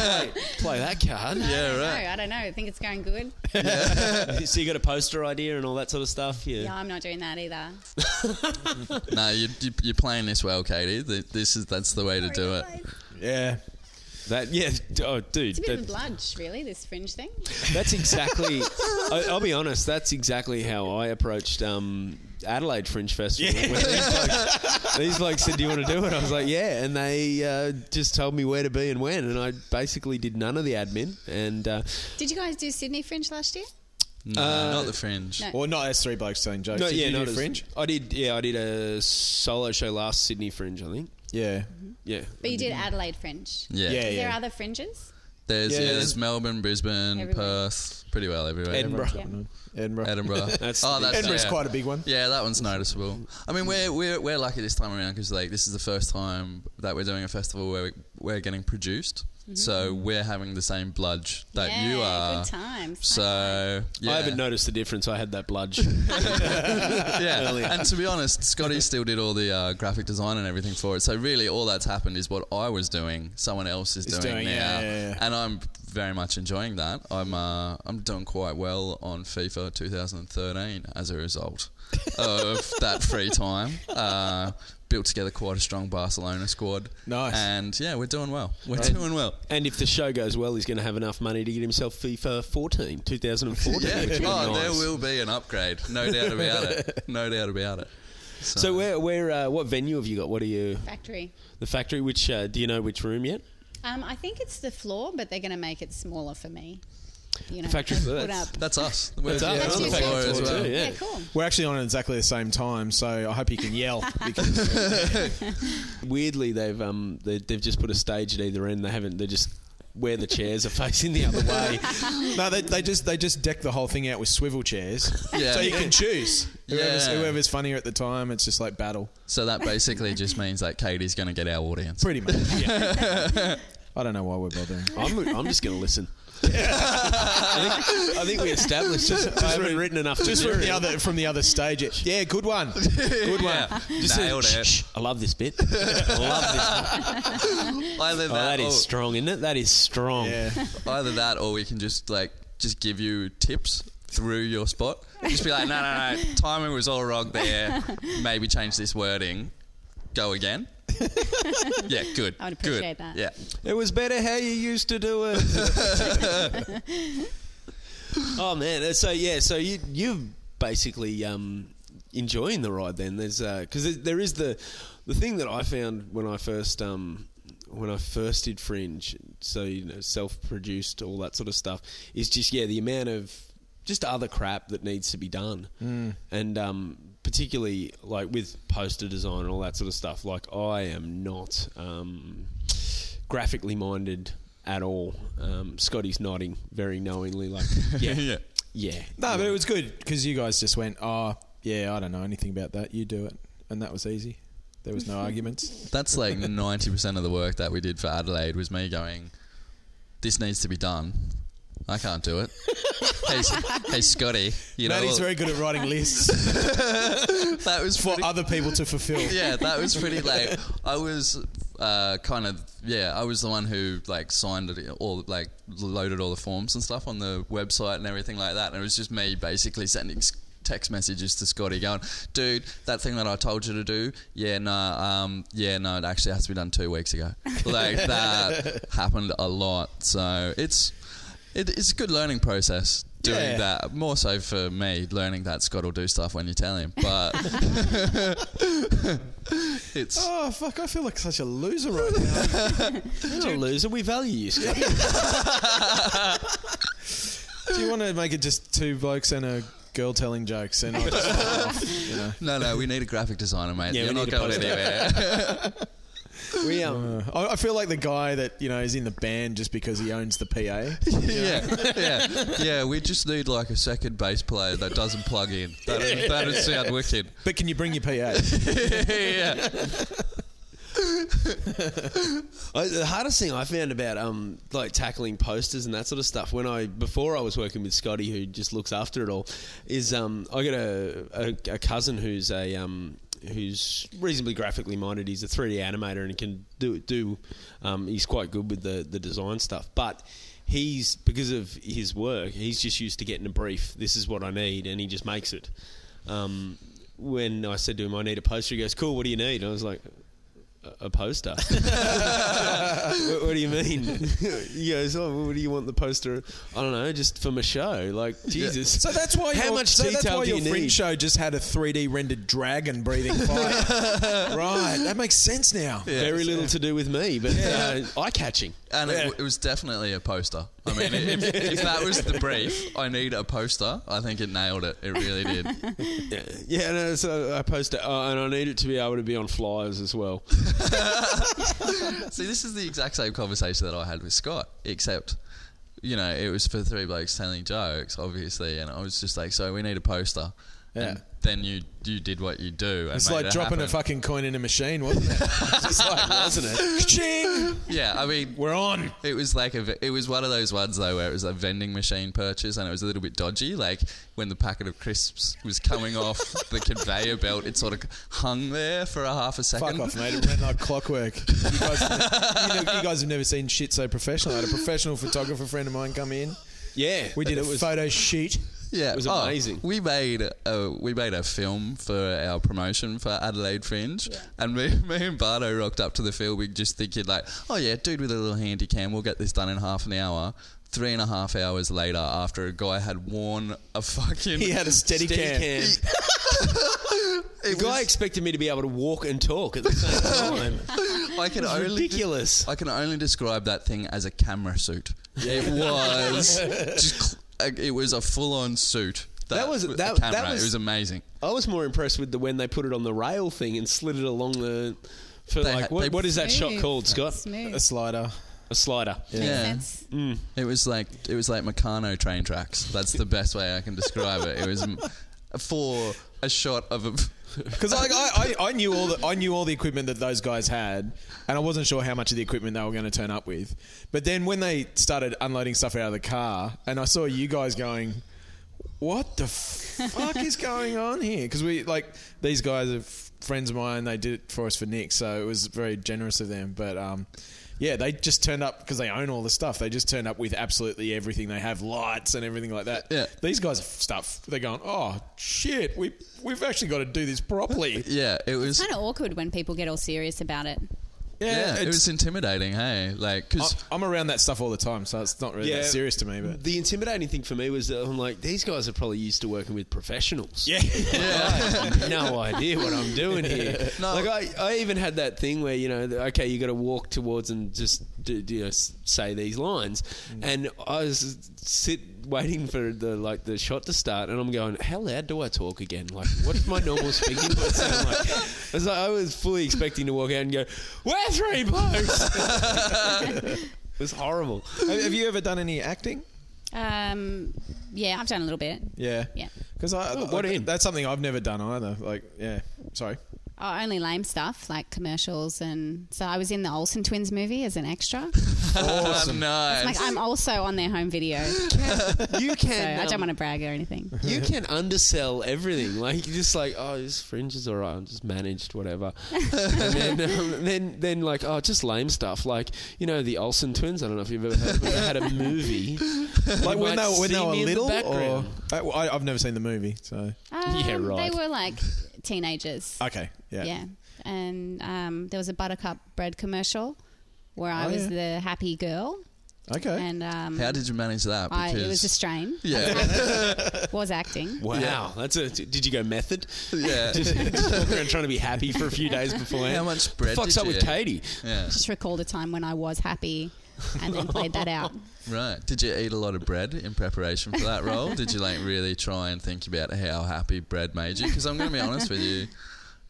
play that card.
yeah, right.
No, I don't know. I think it's going good.
so you got a poster idea and all that sort of stuff.
Yeah, I'm not doing that either.
No, you, you, you're playing this well, Katie. Th- This is that's the way to do it.
yeah.
That yeah, d- oh dude,
It's a bit of a
that-
bludge, really, this fringe thing.
that's exactly. I, I'll be honest, that's exactly how I approached um, Adelaide Fringe Festival. When these, blokes, these blokes said, "Do you want to do it?" I was like, "Yeah," and they uh, just told me where to be and when, and I basically did none of the admin. And uh,
Did you guys do Sydney Fringe last year?
No, not the fringe.
No.
Or not as three blokes telling
Oh,
jokes.
no,
Did
yeah,
you do
not as-
fringe.
I did. Yeah, I did a solo show last Sydney Fringe, I think.
Yeah.
Yeah,
But you did Adelaide Fringe.
Mm. Yeah.
Yeah.
Are there other fringes?
There's,
Yeah,
yeah,
there's-
there's Melbourne, Brisbane,
Everywhere.
Perth, pretty well everywhere.
Edinburgh.
Yeah.
Edinburgh.
Edinburgh.
That's
oh,
the-
that's
Edinburgh's
yeah.
quite a big one.
Yeah, that one's noticeable. I mean, we're we're, we're lucky this time around because like this is the first time that we're doing a festival where we, we're getting produced, so we're having the same bludge that
Mm-hmm. yeah,
you are.
Good times.
So yeah.
I haven't noticed the difference. I had that bludge.
yeah. And to be honest, Scotty still did all the uh, graphic design and everything for it. So really, all that's happened is what I was doing, someone else is
Is
doing,
doing,
now,
yeah, yeah, yeah.
and I'm very much enjoying that. I'm uh, I'm doing quite well on FIFA 2013 as a result of that free time. Uh, built together quite a strong Barcelona squad.
Nice.
And yeah, we're doing well. We're doing well.
and if the show goes well, he's going to have enough money to get himself FIFA 14, 2014.
Yeah.
which would be
Oh,
nice.
there will be an upgrade, no doubt about it. No doubt about it.
So where, where, uh, what venue have you got? What are you?
Factory.
The factory. Which uh, do you know which room yet?
Um, I think it's the floor, but they're going to make it smaller for me. You know,
Factory
they've
floor,
put
that's-
up.
That's us. We're
That's us.
we're
That's
on the
you
floor
too.
as
That's
well.
you too,
Yeah,
Yeah.
cool.
We're actually on at exactly the same time, so I hope you can yell because
Weirdly, they've um, they, they've just put a stage at either end. They haven't. They're just where the chairs are facing the other way.
no, they, they just they just deck the whole thing out with swivel chairs,
Yeah.
so you can choose whoever's,
Yeah.
whoever's funnier at the time. It's just like battle,
So that basically just means that Katie's going to get our audience.
pretty much. I don't know why we're bothering.
I'm, I'm just going to listen. I, think, I think we established just, I haven't written enough.
Just from the other from the other stage. it- Yeah, good one. Good one.
Yeah.
Just
Nailed
a-
it.
I love this bit. I love this.
Either that,
Oh, that
or,
is strong, isn't it? That is strong.
Yeah.
either that, or we can just like just give you tips through your spot. Just be like, no, no, no, timing was all wrong there. Maybe change this wording. Go again. yeah, good.
I would
good.
appreciate that.
Yeah,
It was better how you used to do it. oh man! So yeah, so you you basically um, enjoying the ride then? There's because there is the the thing that I found when I first um, when I first did Fringe, so you know self produced all that sort of stuff is just yeah the amount of just other crap that needs to be done and um, particularly like with poster design and all that sort of stuff like i am not um, graphically minded at all um, scotty's nodding very knowingly like yeah yeah,
Yeah.
No, but it was good because you guys just went, oh, yeah, I don't know anything about that. You do it. And that was easy. There was no arguments.
that's like ninety percent of the work that we did for Adelaide was me going. This needs to be done. I can't do it. hey, S- hey, Scotty. You know,
Maddie's
all-
very good at writing lists
that was
for
pretty-
other people to fulfill.
yeah, that was pretty like I was uh, kind of yeah, I was the one who like signed it all like loaded all the forms and stuff on the website and everything like that. And it was just me basically sending s- text messages to Scotty going, "Dude, that thing that I told you to do, yeah, no, um, yeah, no, it actually has to be done 2 weeks ago." Like that happened a lot. So, it's it, it's a good learning process. Doing
Yeah.
that more so for me, learning that Scott will do stuff when you tell him, but it's
Oh, fuck, I feel like such a loser right now.
you're not a loser we value you scotty
Do you want to make it just two blokes and a girl telling jokes? And I'll just fuck off, you know?
No, no, we need a graphic designer, mate.
Yeah, we
You're not
need a
going
poster.
anywhere.
we um
Uh, I, I feel like the guy that, you know, is in the band just because he owns the PA.
yeah, yeah, yeah. We just need like a second bass player that doesn't plug in. That would, that would sound wicked.
But can you bring your PA?
yeah,
I, the hardest thing I found about um like tackling posters and that sort of stuff when I before I was working with Scotty who just looks after it all is um I got a a, a cousin who's a um who's reasonably graphically minded he's a 3D animator and he can do do um he's quite good with the the design stuff but he's because of his work he's just used to getting a brief this is what I need and he just makes it um when I said to him I need a poster he goes cool what do you need and I was like a poster. what, what do you mean? he goes, oh, what do you want the poster? I don't know, just for my show. Like Jesus.
So that's why
How
your,
much
so
detail
that's why
do
your
you
fringe
need?
show just had a 3D rendered dragon breathing fire. right, that makes sense now.
Yeah.
Very little to do with me, but uh, eye catching.
And it, it was definitely a poster. I mean, if, if that was the brief, I need a poster. I think it nailed it. It really did.
Yeah, no, so I post it, uh, and I need it to be able to be on flyers as well.
See, this is the exact same conversation that I had with Scott, except, you know, it was for three blokes telling jokes, obviously, and I was just like, so we need a poster.
Yeah.
And then you you did what you do. And
It's
made
like
it
dropping a
happen.
fucking coin in a machine, wasn't it?
It's like, wasn't it?
Ka-ching!
Yeah, I mean,
We're on.
It was like a, ve- it was one of those ones though where it was a vending machine purchase and it was a little bit dodgy. Like when the packet of crisps was coming off the conveyor belt, it sort of hung there for a half a
Fuck
second.
off, mate. It ran like clockwork. You guys, you, know, you guys have never seen shit so professional. I had a professional photographer friend of mine come in.
Yeah,
We did a
it was
photo shoot.
Yeah,
It was
oh,
amazing.
we made a, we made a film for our promotion for Adelaide Fringe, and me, me and Bardo rocked up to the filming just thinking like, oh yeah, dude with a little handy cam, we'll get this done in half an hour. Three and a half hours later, after a guy had worn a fucking
He had a steady,
Steadicam.
cam.
the guy expected me to be able to walk and talk at the same time.
I can only
ridiculous.
I can only describe that thing as a camera suit. It was just cl- it was a full-on suit.
That was-
with
that-
a camera.
that was-
it was amazing.
I was more impressed with the when they put it on the rail thing and slid it along the. For
They
like,
had-
what,
they-
what is that shot called, Scott?
A
Smooth.
slider.
A slider.
Makes
Yeah.
sense.
It was like it was like Meccano train tracks. That's the best way I can describe it. It was m- for a shot of a
Because like I, I, I knew all the I knew all the equipment that those guys had, and I wasn't sure how much of the equipment they were going to turn up with. But then when they started unloading stuff out of the car, and I saw you guys going, "What the fuck is going on here?" Because we like these guys are f- friends of mine. They did it for us for Nick, so it was very generous of them. But um, yeah, they just turned up because they own all the stuff. They just turned up with absolutely everything. They have lights and everything like that.
Yeah.
These guys start. They're going, oh shit, we we've actually got to do this properly.
yeah. It was
Kind of awkward when people get all serious about it.
yeah. It
it's-
was intimidating. Hey, like because
I- I'm around that stuff all the time, so it's not really that serious to me. But
the intimidating thing for me was that I'm like, these guys are probably used to working with professionals.
yeah,
I have no idea what I'm doing here.
No.
Like I, I even had that thing where you know, the- okay, you got to walk towards and just do, do, you know, s- say these lines,
Mm.
and I was sit waiting for the like the shot to start, and I'm going, how loud do I talk again? Like, what's my normal speaking voice sound like? I was like, I was fully expecting to walk out and go, we're three blokes. it was horrible.
have have you ever done any acting?
Um, yeah, I've done a little bit.
Yeah,
Yeah.
Because I
Oh, what
I-
in?
that's something I've never done either. Like, yeah, sorry.
Oh, only lame stuff like commercials and so I was in the Olsen twins movie as an extra.
awesome. nice.
Like I'm also on their home video, so
You can.
I don't
um,
want to brag or anything.
you can undersell everything. Like you're just like, oh, this fringe is alright. I'm just managed, whatever. and then, um, then, then like, oh, just lame stuff. Like you know the Olsen twins. I don't know if you've ever heard, but they had a movie.
Like
You
when
might
they were- when
see
they were
me in the
little, or
background.
I, well, I, I've never seen the movie, so
Um,
Yeah, right.
They were like teenagers.
okay, yeah,
yeah. And um, there was a buttercup bread commercial where I
Oh,
was
yeah.
the happy girl,
okay.
and um,
How did you manage that?
I,
Because
it was a strain.
yeah,
Was acting.
Wow, that's a. Did you go method?
yeah.
Just, just walking around trying to be happy for a few days beforehand.
How much bread?
fucks
did
up
you
with
eat?
Katie?
Yeah.
Just recalled a time when I was happy, and then played that out.
Right. Did you eat a lot of bread in preparation for that role? Did you like really try and think about how happy bread made you? Because I'm going to be honest with you,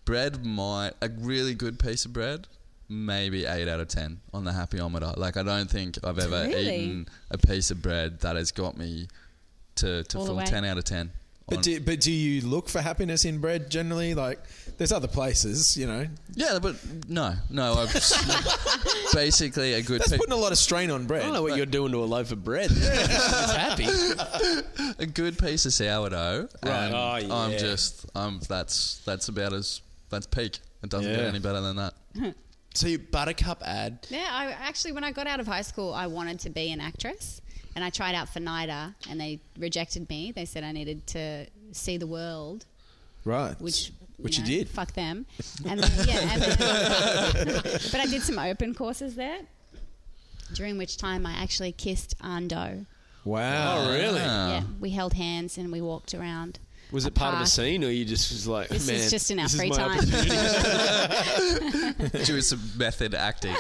bread might a really good piece of bread, maybe eight out of ten on the happyometer. Like I don't think I've ever
Really?
eaten a piece of bread that has got me to to
All the
full
way?
ten out of ten.
but
on-
do, but do you look for happiness in bread generally? Like, there's other places, you know.
yeah, but no, no. I've basically a good
That's
pi-
putting a lot of strain on
I
bread.
don't know what you're doing to a loaf of bread. it's happy.
a good piece of sourdough.
Right.
and
Oh, yeah.
I'm just I'm that's that's about as that's peak. It doesn't get
Yeah.
any better than that.
So your buttercup ad.
Yeah, I actually, when I got out of high school, I wanted to be an actress, and I tried out for NIDA, and they rejected me. They said I needed to see the world,
Right.
which
Which you
know,
did.
Fuck them. And then, yeah, and then, but I did some open courses there, during which time I actually kissed Ando.
Oh,
Wow.
Uh,
Ah.
Ah.
Yeah, we held hands and we walked around.
Was it part of a
path.
scene, or you just was like,
This
man,
is just in our
this is
free
my
time.
opportunity."
She was some method acting.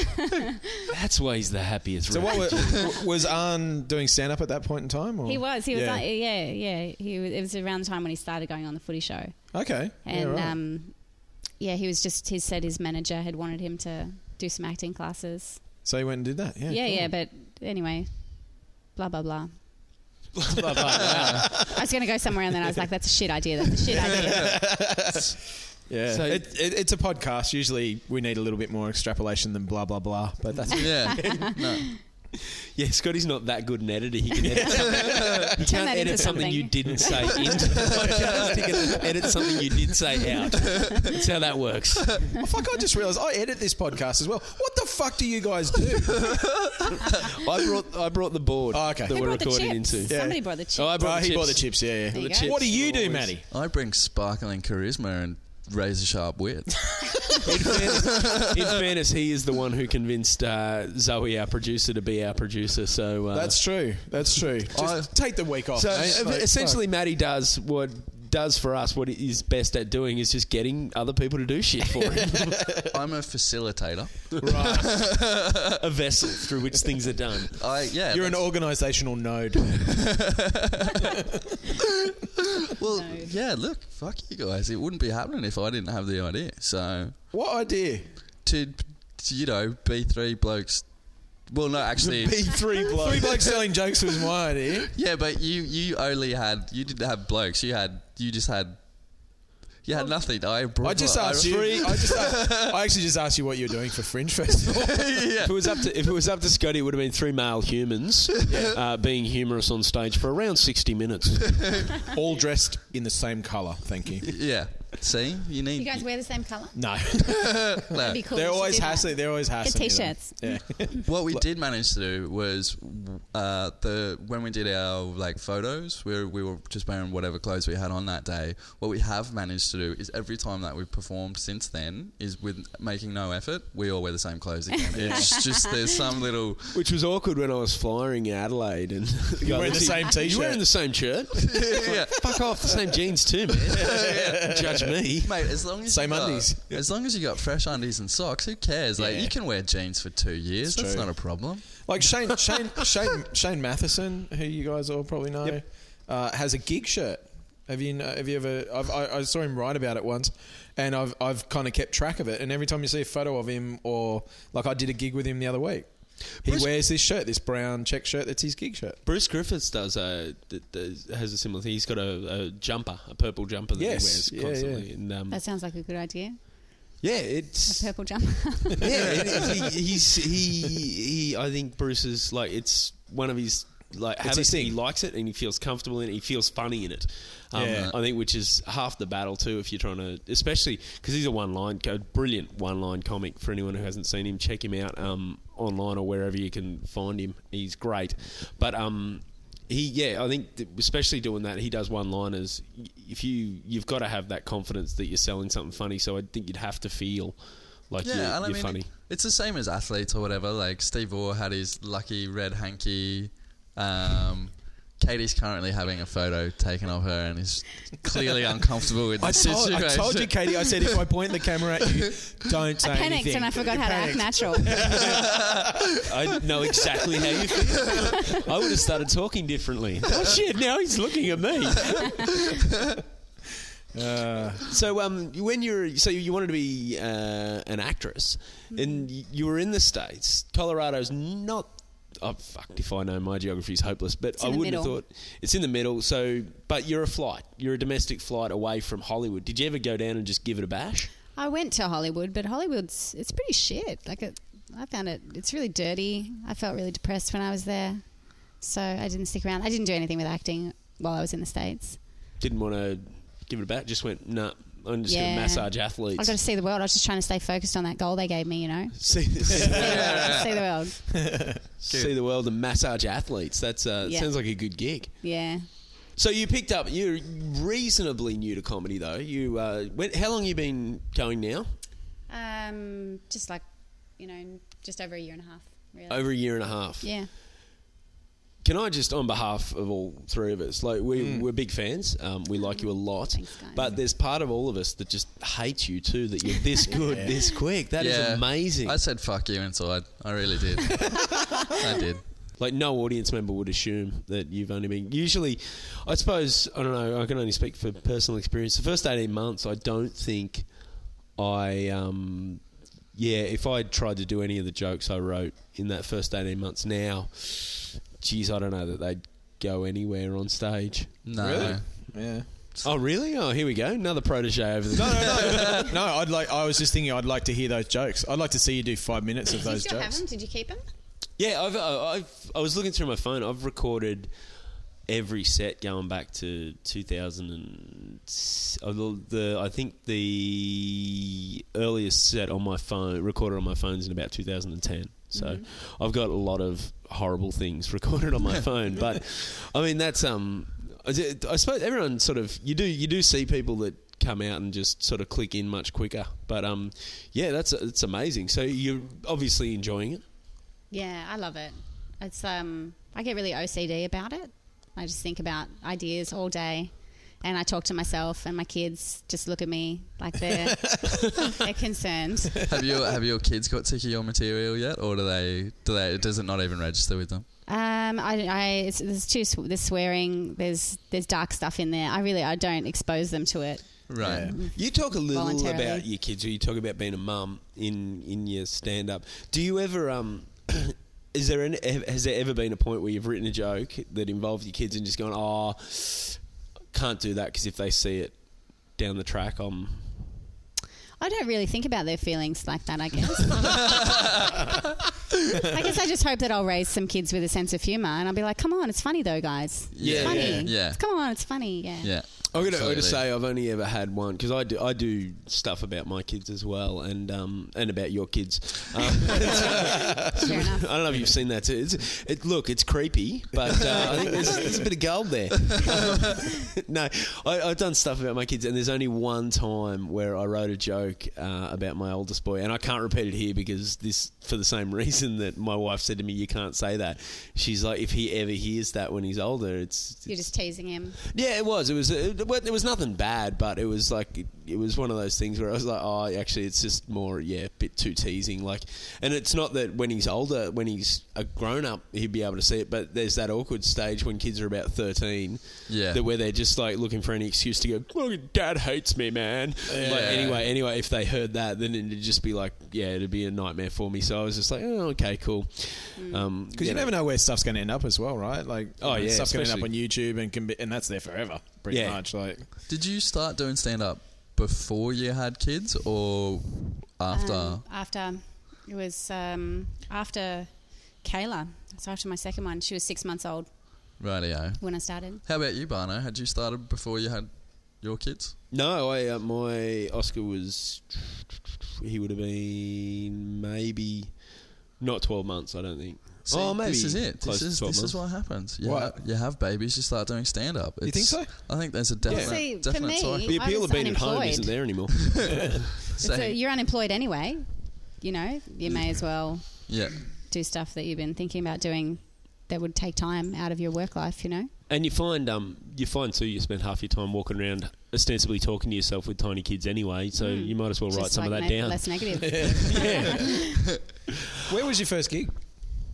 That's why he's the happiest.
So
Rick.
what were, was Arn doing stand up at that point in time? Or?
he was. He was.
Yeah.
Like, yeah, yeah. He was, it was around the time when he started going on the Footy Show.
Okay.
and
yeah, right.
um, yeah, he was just. He said his manager had wanted him to do some acting classes.
so he went and did that. Yeah.
Yeah, yeah.
cool.
but anyway, blah blah blah.
Blah, blah, blah.
I was going to go somewhere, and then I was like, "That's a shit idea. That's a shit idea."
Yeah.
So-
it, it, it's a podcast. Usually we need a little bit more extrapolation than blah, blah, blah. But that's.
yeah. No.
yeah, Scotty's not that good an editor. He can edit. Something. He
Turn
can't
that
edit
into
something,
something.
you didn't say into the podcast. He can edit something you did say out. That's how that works.
oh, fuck, I just realised I edit this podcast as well. What the fuck do you guys do?
I brought I brought the board
Oh, okay.
that
Who
we're
brought the
recording
chips.
into.
Somebody brought the chips.
Oh, I
Oh,
brought the
he
chips.
bought the chips. Yeah,
There
yeah.
you go.
What do you do,
Always.
Maddie?
I bring sparkling charisma and razor sharp wit.
In fairness, in fairness, he is the one who convinced uh, Zoe, our producer, to be our producer. So uh,
That's true. That's true. Just
I-
take the week off.
So
Oh, mate.
ev-
Like,
essentially, Maddie does what does for us what he's best at doing is just getting other people to do shit for him.
I'm a facilitator.
right. A vessel through which things are done.
I yeah.
fuck. you're an
that's-
organisational node.
well
No.
yeah. Look, fuck you guys. It wouldn't be happening if I didn't have the idea. So
what idea?
to, to you know, be three blokes. Well, no, actually,
three blokes. Three blokes selling jokes was my idea.
yeah, but you you only had you didn't have blokes. You had you just had you had nothing. I brought
I just asked you. I, just asked, I actually just asked you what you're doing for Fringe Festival.
If it was up to if it was up to Scotty, it would have been three male humans uh, being humorous on stage for around sixty minutes.
All dressed in the same colour. Thank you.
Yeah. See, you need
you guys wear the same color.
No,
no.
Be cool.
they're
to
always
do that.
hassling. They're always hassling. you, though.
t-shirts.
Yeah.
What we did manage to do was uh, the when we did our like photos, we were, we were just wearing whatever clothes we had on that day. What we have managed to do is every time that we've performed since then is with making no effort, we all wear the same clothes again. It's just there's some little
Which was awkward when I was flying in Adelaide and the guy
wearing the
looks
same
at-
t-shirt.
You wearing the same shirt?
yeah.
Fuck off, the same jeans too, man. Judge me.
Mate, as long as
Same
you got,
undies.
as long as you got fresh undies and socks, who cares? Like
Yeah.
you can wear jeans for two years.
It's
That's
true.
not a problem.
Like Shane, Shane, Shane, Shane Matheson, who you guys all probably know, uh, has a gig shirt. Have you kn- have you ever? I've, I, I saw him write about it once, and I've I've kind of kept track of it. And every time you see a photo of him, or like I did a gig with him the other week, he
Bruce-
wears this shirt, this brown check shirt. That's his gig shirt.
Bruce Griffiths does a th- th- has a similar thing. He's got a, a jumper, a purple jumper that
Yes,
he
yeah,
wears constantly. And, um,
That sounds like a good idea.
yeah,
A
it's
purple jumper.
yeah. It, it- he, he's he, he. I think Bruce is like it's one of his like habits.
his thing.
He likes it and he feels comfortable in it. He feels funny in it. Um,
Yeah.
I think which is half the battle too. If you're trying to, especially because he's a one line, a brilliant one line comic. For anyone who hasn't seen him, check him out um, online or wherever you can find him. He's great, but um, he yeah, I think th- especially doing that, he does one liners. If you you've got to have that confidence that you're selling something funny, so I think you'd have to feel like you're,
and
you're funny.
It's the same as athletes or whatever. Like Steve Orr had his lucky red hanky. Um, Katie's currently having a photo taken of her and is clearly uncomfortable with the
I told,
situation.
I told you, Katie. I said if I point the camera at you, don't say
I panicked
anything.
and I forgot how to act natural.
I know exactly how you feel. I would have started talking differently. Oh shit! Now he's looking at me.
Uh,
So um, when you're so you wanted to be uh, an actress,
Mm-hmm.
and y- you were in the states. Colorado's not. Oh, fucked if I know my geography's hopeless, but
It's
I
in the
wouldn't have
middle.
thought it's in the middle. So, but you're a flight, you're a domestic flight away from Hollywood. Did you ever go down and just give it a bash?
I went to Hollywood, but Hollywood's it's pretty shit. Like it, I found it, it's really dirty. I felt really depressed when I was there, so I didn't stick around. I didn't do anything with acting while I was in the states.
Didn't want to give it a bash. Just went nah. I'm just
Yeah.
gonna massage
I got
athletes.
to see the world. I was just trying to stay focused on that goal they gave me. You know,
See,
see the world. See the world.
see the world and massage athletes. That's uh,
Yeah.
sounds like a good gig.
Yeah.
So you picked up. You're reasonably new to comedy, though. You uh, when, how long you been going now?
Um, just like, you know, just over a year and a half, really.
Over a year and a half.
Yeah.
Can I just, on behalf of all three of us, like we, we're big fans. Um, we like you a lot,
Mm. Thanks, guys.
but there's part of all of us that just hates you too. That you're this good, this quick. That is amazing.
I said fuck you inside. I really did. I did.
like no audience member would assume that you've only been usually i suppose i don't know i can only speak for personal experience the first 18 months i don't think i um yeah if i tried to do any of the jokes i wrote in that first 18 months now geez i don't know that they'd go anywhere on stage
Mm.
No.
Really? Yeah.
oh really oh here we go another protege over the
No, no, no. no, I'd like. I was just thinking. I'd like to hear those jokes. I'd like to see you do five minutes of
Did you
those
still have
jokes.
them? Did you keep them?
Yeah, I've, I- I've I was looking through my phone. I've recorded every set going back to 2000 and s- uh, the, the I think the earliest set on my phone recorded on my phone's in about 2010. So I've got a lot of horrible things recorded on my phone, but I mean that's um I d- I suppose everyone sort of you do you do see people that come out and just sort of click in much quicker. But um yeah, that's it's amazing. So you're obviously enjoying it.
Yeah, I love it. It's um, I get really OCD about it. I just think about ideas all day, and I talk to myself, and my kids just look at me like they're they're concerned.
Have your have your kids got sick of your material yet, or do they do they does it not even register with them?
Um, I, I it's, there's too sw- there's swearing, there's there's dark stuff in there. I really I don't expose them to it.
Right.
You talk a little
Voluntarily.
about your kids, or you talk about being a mum in in your stand up. Do you ever um? Is there any, has there ever been a point where you've written a joke that involved your kids and just gone, oh, can't do that because if they see it down the track, I'm
I don't really think about their feelings like that. I guess. I guess I just hope that I'll raise some kids with a sense of humor, and I'll be like, "Come on, it's funny though, guys. It's
Yeah,
funny.
yeah,
yeah.
Come on, it's funny. Yeah.
Yeah.
I'm gonna, I'm gonna
Absolutely.
say I've only ever had one because I do I do stuff about my kids as well and um and about your kids. Um,
Fair
I
enough.
don't know if you've seen that. Too. It's, it look it's creepy, but uh, I think there's, there's a bit of gold there. no, I, I've done stuff about my kids, and there's only one time where I wrote a joke uh, about my oldest boy, and I can't repeat it here because this for the same reason that my wife said to me, "You can't say that." She's like, "If he ever hears that when he's older, it's
You're just teasing him.
yeah, it was. It was. uh, It, it was nothing bad, but it was like it, was one of those things where I was like, oh, actually, it's just more, yeah, a bit too teasing. Like, and it's not that when he's older, when he's a grown up, he'd be able to see it. But there's that awkward stage when kids are about thirteen,
Yeah.
that where they're just like looking for any excuse to go. Well, Dad hates me, man. Like anyway, anyway, if they heard that, then it'd just be like, yeah, it'd be a nightmare for me. So I was just like, oh, okay, cool. Because um,
Because you never know where stuff's going to end up as well, right? Like,
Oh, yeah,
stuff's going to end up on
especially-
YouTube and can be, and that's there forever, pretty
Yeah.
much. Like,
Did you start doing stand up before you had kids or after?
Um, after it was um, after Kayla. So after my second one, she was six months old
Rightio.
when I started.
How about you, Barno? Had you started before you had your kids?
No, I uh, my Oscar was he would have been maybe not twelve months. I don't think.
See,
oh, maybe
this is it.
close
This
to
is
12
this
months.
is what happens. You,
What?
Ha- you have babies, you start doing stand up.
You think
I think there's a definite,
See, for
definite
me-
cycle.
the
I
appeal
was
of being at home
unemployed.
isn't there anymore.
So
Same.
you're unemployed anyway. You know, you may as well
yeah.
do stuff that you've been thinking about doing that would take time out of your work life. You know.
and you find um you find too you spend half your time walking around ostensibly talking to yourself with tiny kids anyway. So you might as well write
Hmm. Just,
some
like,
of that
make it
down.
Less negative.
where was your first gig?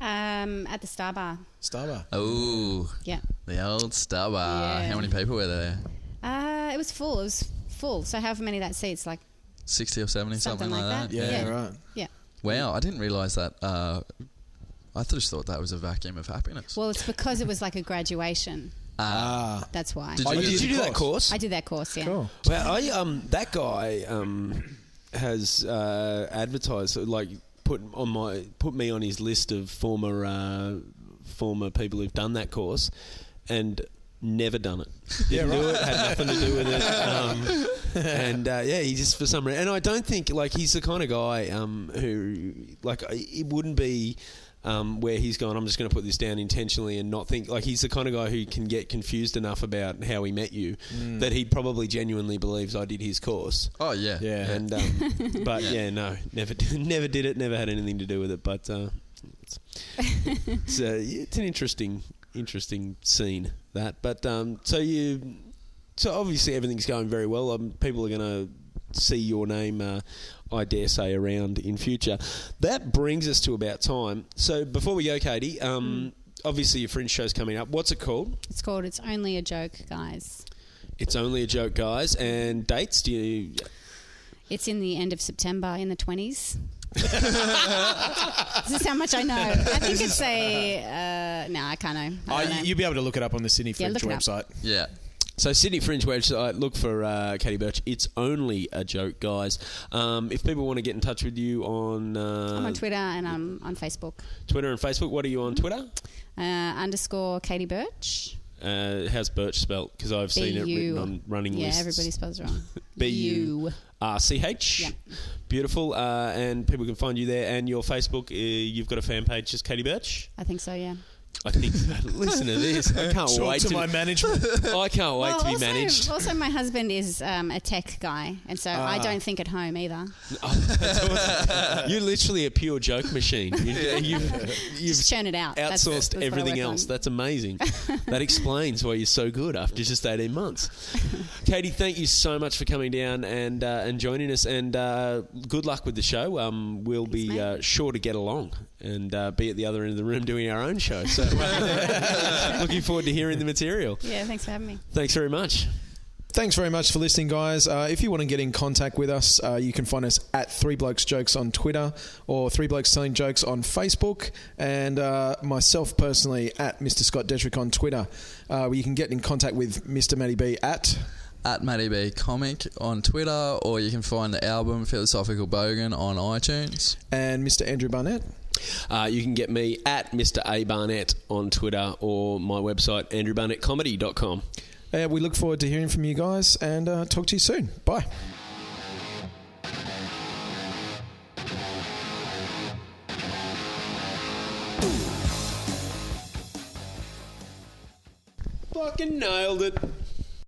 um, at the Star Bar.
Starbar.
Oh,
Yeah.
the old star bar.
Yeah.
How many people were there?
Uh, it was full. It was full. So however many that seats, like
60 or 70, something,
Something
like,
like
that.
that. Yeah, Yeah.
right.
yeah.
Wow, I didn't realise that. Uh, I just thought that was a vacuum of happiness.
Well, it's because it was like a graduation.
Ah,
That's why.
Did you-
Oh,
did
did you do that course?
I did that course. Yeah.
cool.
Well, I um that guy um has uh, advertised like put on my put me on his list of former uh, former people who've done that course and never done it. Didn't do it. Had nothing to do with it. Um, and uh, yeah, he just for some reason. And I don't think like he's the kind of guy um, who like I- it wouldn't be. um, where he's gone, I'm just going to put this down intentionally and not think. Like, he's the kind of guy who can get confused enough about how he met you that he probably genuinely believes I did his course.
Oh yeah,
Yeah.
And um, but yeah, no, never, did- never did it. Never had anything to do with it. But uh, it's, it's, uh, it's an interesting, interesting scene that. But um, so you, so obviously everything's going very well. Um, people are going to see your name, uh, I dare say, around in future. That brings us to about time. So before we go, Katie. Um, Obviously, your fringe show's coming up. What's it called?
It's called It's Only a Joke, guys.
It's only a joke, guys. And dates? Do you?
It's in the end of September in the 20s. this is how much I know. I think it's a. Uh, no, I can't know. I
Uh,
don't know.
you'll be able to look it up on the Sydney
Yeah,
Fringe
look it
website.
yeah.
So Sydney Fringe website, look for uh, Katie Birch. It's only a joke, guys. Um, if people want to get in touch with you on, uh,
I'm on Twitter and I'm on Facebook.
Twitter and Facebook, what are you on Twitter?
Uh, underscore Katie Birch.
Uh, how's Birch spelt? Because I've seen it
B-U.
written on running
Yeah,
lists.
everybody spells it wrong.
B U R C
Yeah.
H. Beautiful. Uh, and people can find you there. And your Facebook, uh, you've got a fan page, just Katie Birch.
I think so, yeah.
I think. listen to this. Oh, I can't
Talk
wait
to my management.
I can't wait to be
also,
managed. Ah.
also, my husband is um, a tech guy, and so I don't think at home either.
Oh, You're literally a pure joke machine. You, you've, you've
Just churn it out. That's-
outsourced
that's what I
everything
work on.
else. That's amazing. that explains why you're so good after just 18 months. Katie, thank you so much for coming down and uh, and joining us. And uh, good luck with the show. Um, we'll be
mate.
uh, sure to get along and uh, be at the other end of the room doing our own show. So uh, looking forward to hearing the material.
Yeah, thanks for having me.
Thanks very much.
Thanks very much for listening, guys. Uh, if you want to get in contact with us, uh, you can find us at Three Blokes Jokes on Twitter or Three Blokes Telling Jokes on Facebook, and uh, myself personally at Mr. Scott Detrick on Twitter, uh, where you can get in contact with Mr. Matty B at.
At Matty B Comic on Twitter, or you can find the album Philosophical Bogan on iTunes.
And Mr. Andrew Barnett.
Uh, you can get me at Mr. A Barnett on Twitter or my website, andrewbarnettcomedy.com.
Uh, we look forward to hearing from you guys and uh, talk to you soon. Bye.
Fucking nailed it.